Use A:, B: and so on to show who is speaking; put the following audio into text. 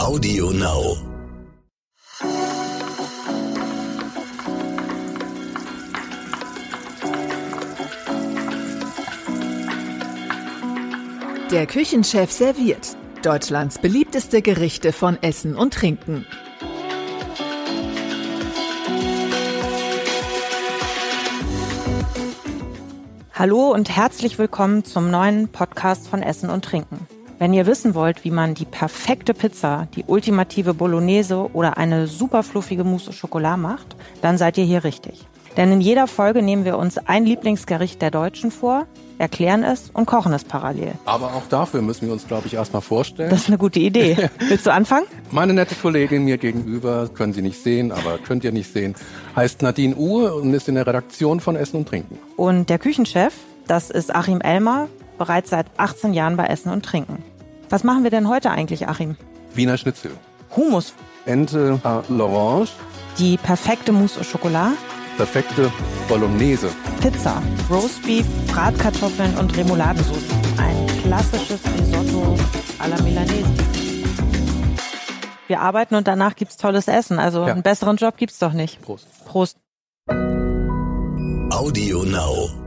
A: Audio Now.
B: Der Küchenchef serviert Deutschlands beliebteste Gerichte von Essen und Trinken.
C: Hallo und herzlich willkommen zum neuen Podcast von Essen und Trinken. Wenn ihr wissen wollt, wie man die perfekte Pizza, die ultimative Bolognese oder eine super fluffige Mousse au Chocolat macht, dann seid ihr hier richtig. Denn in jeder Folge nehmen wir uns ein Lieblingsgericht der Deutschen vor, erklären es und kochen es parallel.
D: Aber auch dafür müssen wir uns, glaube ich, erstmal vorstellen.
C: Das ist eine gute Idee. Willst du anfangen?
D: Meine nette Kollegin mir gegenüber, können Sie nicht sehen, aber könnt ihr nicht sehen, heißt Nadine Uhr und ist in der Redaktion von Essen und Trinken.
C: Und der Küchenchef, das ist Achim Elmer, bereits seit 18 Jahren bei Essen und Trinken. Was machen wir denn heute eigentlich, Achim?
D: Wiener Schnitzel,
C: Humus,
D: Ente à l'Orange,
C: die perfekte Mousse au Chocolat,
D: perfekte Bolognese.
C: Pizza, Roastbeef, Bratkartoffeln und Remouladensauce. Ein klassisches Risotto à la Milanese. Wir arbeiten und danach gibt's tolles Essen. Also
D: Ja.
C: einen besseren Job gibt's doch nicht.
D: Prost.
C: Prost.
A: Audio Now.